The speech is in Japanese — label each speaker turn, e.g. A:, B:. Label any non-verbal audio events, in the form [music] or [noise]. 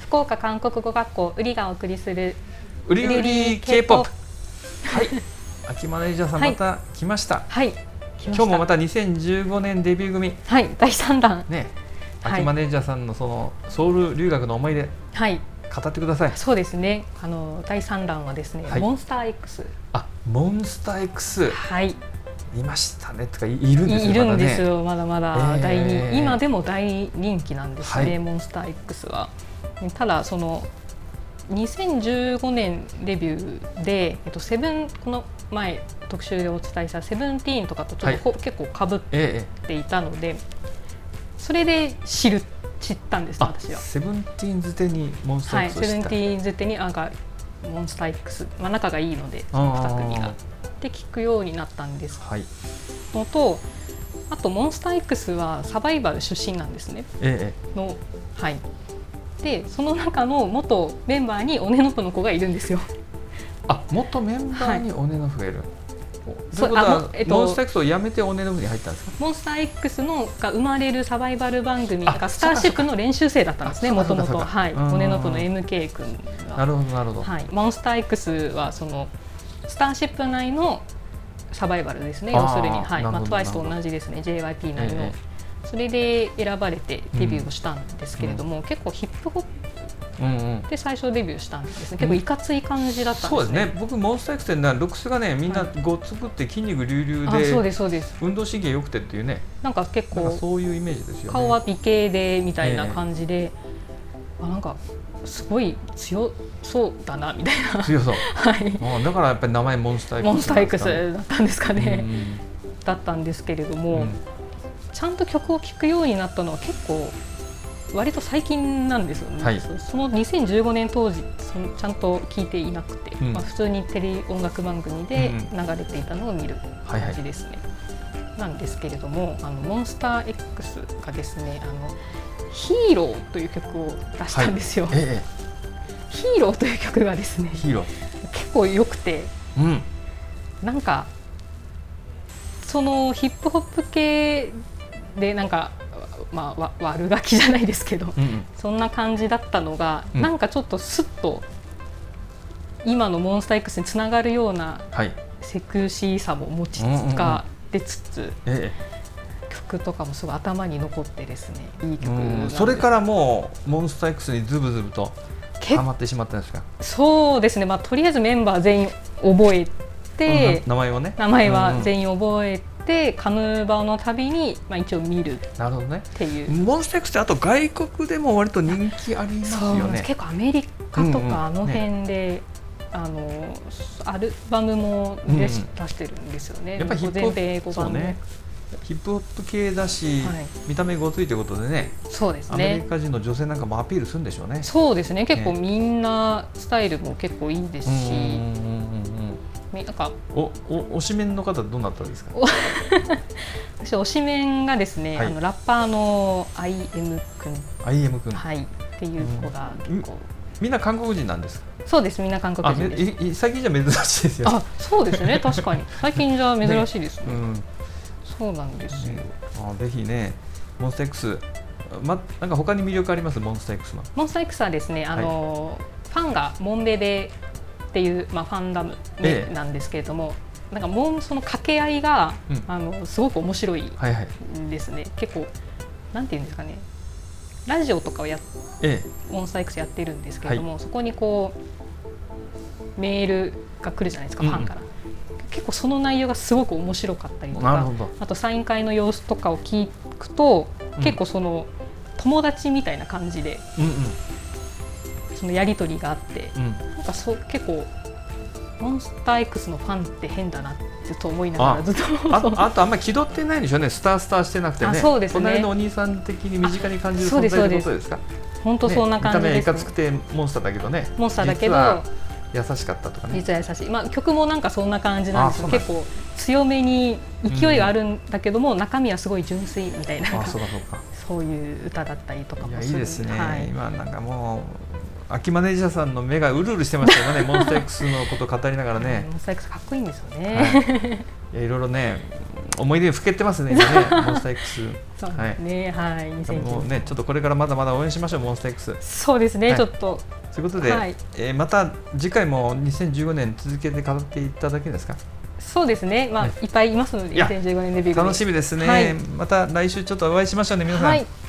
A: 福岡韓国語学校ウリがお送りする
B: ウリウ
A: ウリウ
B: リ
A: リ K-POP
B: K-POP はい [laughs] 秋マネージャーさん
A: はい
B: また来ました、
A: はい来
B: 今日もま
A: た
B: た2015年デビュー組
A: はい第三弾
B: ね
A: はい
B: 秋マネージャーさんのそのソウル留学の思い出
A: はい
B: 語ってください
A: そうですねあの第三弾はですね、
B: はい
A: モンスター X
B: あモンスター X
A: はい
B: いましたねとかいいるんです
A: い
B: よ
A: いるんです
B: またね
A: よまだまだ
B: えー
A: 大人、今でも大人気なんですね、
B: はい
A: モンスター X は。ただその2015年デビューで、えっと、セブンこの前特集でお伝えした「セブンティーン」とかとちょっとこ、結構かぶっ
B: ええ
A: ていたのでそれで知る知ったんです
B: あ
A: 私は。
B: セブンティーンズ手にモンスタ
A: は
B: ー
A: い、
B: X
A: セ
B: を知
A: ブン
B: った
A: ティーンズってにあがモンスター X、まあ、仲がいいのでその2組が。で聞くようになったんです
B: はい
A: のとあとモンスター X はサバイバル出身なんですね
B: ええ
A: のはいでその中の元メンバーにオネノプの子がいるんですよ
B: あ元メンバーにオネノフがいる、おと
A: そ
B: いううこと
A: あ
B: は
A: も、えっと
B: モンスター X をやめてオネノフに入ったんですか
A: モンスター X のが生まれるサバイバル番組だ
B: あ
A: からスターシップの練習生だったんですね
B: あそ
A: も
B: うか
A: とも
B: そう
A: と
B: か
A: はい
B: うん
A: オネノプの MK 君
B: な
A: が、
B: るほどなるほど、
A: はい、モンスター X はそのスターシップ内のサバイバルですね
B: あー
A: 要するに、はい
B: なる
A: まあ、
B: ほど
A: TWICE と
B: なるほど
A: 同じですね JYP 内の、
B: え
A: それで選ばれてデビューをしたんですけれども、結構ヒップホップ
B: うんうん
A: で最初デビューしたんですね結構いかつい感じだったん
B: そ
A: で
B: うで
A: ね
B: すすね僕モンスター X ってなルックスがねみんな
A: は
B: ごつくって筋肉隆々
A: あそう
B: で
A: ですそうです
B: 運動神経良くてっていうね
A: なんか結
B: なんか
A: 構
B: そういうイメージですよね
A: 顔は美形でみたいな感じで、あなんかすごい強そうだなみたいな
B: 強そう
A: はい
B: うんだからやっぱり名前モンスター X
A: モンスター
B: なんです
A: X だったんですか
B: かね
A: ね、だったんですけれど
B: うん
A: も、
B: うん
A: ちゃんと曲を聴くようになったのは結構割と最近なんですよね、
B: はい
A: そその2015年当時そのちゃんと聴いていなくて、
B: うん
A: まあ、普通にテレビ音楽番組で
B: うん
A: 流れていたのを見る
B: はいは
A: 感
B: い
A: じですね。なんですけれどもあのモンスター X がですねあの「ヒーロー」という曲を出したんですよ。
B: え
A: ヒーローという曲がですね
B: えヒーロー
A: 結構良くて
B: うん
A: なんかそのヒップホップ系でなんか、まあ、わ悪ガキじゃないですけど [laughs]
B: うんうん
A: そんな感じだったのが、
B: うん
A: なんかちょっとスッと今のモンスター X につながるような
B: はい
A: セクシーさも持ちつか出つつ、
B: え
A: 曲とかもすごい頭に残ってですねいい
B: え
A: 曲なん
B: う
A: で
B: んそれからもうモンスター X にズブズブと
A: け
B: ハマってしまったんですか
A: そうですね、まあ、とりあえずメンバー全員覚えて
B: うん名前をね
A: 名前は
B: 員
A: 全員覚えて、カムバのたびに、まあ、一応見るっ
B: なるほどね
A: ていう、
B: モンスター X ってあと外国でも割と人気あります
A: そうな
B: よ
A: んです
B: ね
A: 結構アメリカと
B: うんうん
A: かあの辺で、あのアルバムも
B: うんうん
A: 出し,、出してるんですよね
B: やっぱヒップホ
A: 全
B: ップ
A: 米英語
B: そう
A: 版の
B: ねヒップホップ系だし、
A: はい
B: 見た目ごついということでね
A: そうです
B: アメリ
A: ね
B: カ人の女性なんかもアピールするんでしょうね。
A: そうですね結構
B: ね
A: みんなスタイルも結構いいです
B: うん
A: し、
B: うんうんうん
A: みなんか
B: おお推しメンの方どうなったんですか。
A: 私推しメンがですね、
B: はい
A: あのラッパーの IM 君、
B: I.M. 君、
A: はい、っていう子が結構、
B: みんな韓国人なんですか。
A: そうですみんな韓国
B: あ
A: 人です
B: めいい最近じゃ珍しいですよ。
A: あそうですね確かに最近じゃ珍しいですね
B: うん、ね
A: そうなんですよ、
B: あぜひねモンスター X まなんか他に魅力ありますモンスター X の。
A: モンスター X はですねあの、ファンがモンベベっていう、まあ、ファンダム、ね
B: ええ
A: なんですけれどもなんかもうその掛け合いが、
B: うん
A: あのすごく面白い
B: はいはい。
A: ですね結構なんていうんですかねラジオとかをやっ
B: え
A: モンスター X やってるんですけれども、そこにこうメールが来るじゃないですか
B: うん
A: ファンから、結構その内容がすごく面白かったり
B: え、
A: と
B: なる
A: か
B: ほど。
A: あとサイン会の様子とかを聞くと、
B: うん
A: 結構その友達みたいな感じで
B: うん
A: そのやり取りがあって
B: うんうん。
A: なんかそう結構モンスター X のファンって変だなってと思いながら
B: あ
A: ずっと
B: ああとあんまり気取ってないんでしょうね。スタースターしてなくてね。
A: あそうですね
B: 隣のお兄さん的に身近に感じる
A: あそう
B: 存
A: です
B: 在ってこ
A: そ
B: とですか。
A: 本当そんな感じ
B: ね、見
A: です
B: た目はいかつくてモンスターだけどね
A: モンスターだけど
B: 実は優しかったとかね
A: 実は優しい、まあ、曲もなんかそんな感じなんですよ
B: あそうなん
A: 結構強めに勢いがあるんだけども、中身はすごい純粋みたいな
B: あそうかそうか
A: そういう歌だったりとか
B: い
A: も
B: や
A: す
B: い
A: る
B: いですね、
A: はい、
B: 今なんかもう秋マネージャーさんの目がうるうるしてましたよ
A: [laughs]
B: ねモンスター X のことを語りながらね
A: モンスター X かっこいいんですよね、
B: はいいやいろいろね思い出にふけってますね、今ね、モンスター X。
A: [laughs] そうですね、はい、
B: 多分もう
A: 2019
B: ね、ちょっとこれからまだまだ応援しましょう、モンスター X。
A: そうですね、
B: はい
A: ちょっと、
B: ということで、
A: はい
B: えーまた次回も2015年続けて語っていただけですか。
A: そうですね、まあ、、
B: はい
A: っぱいいますので、
B: いや
A: 2015年デビュー組
B: 楽しみですね、
A: はい
B: また来週ちょっとお会いしましょうね、皆さん。
A: はい、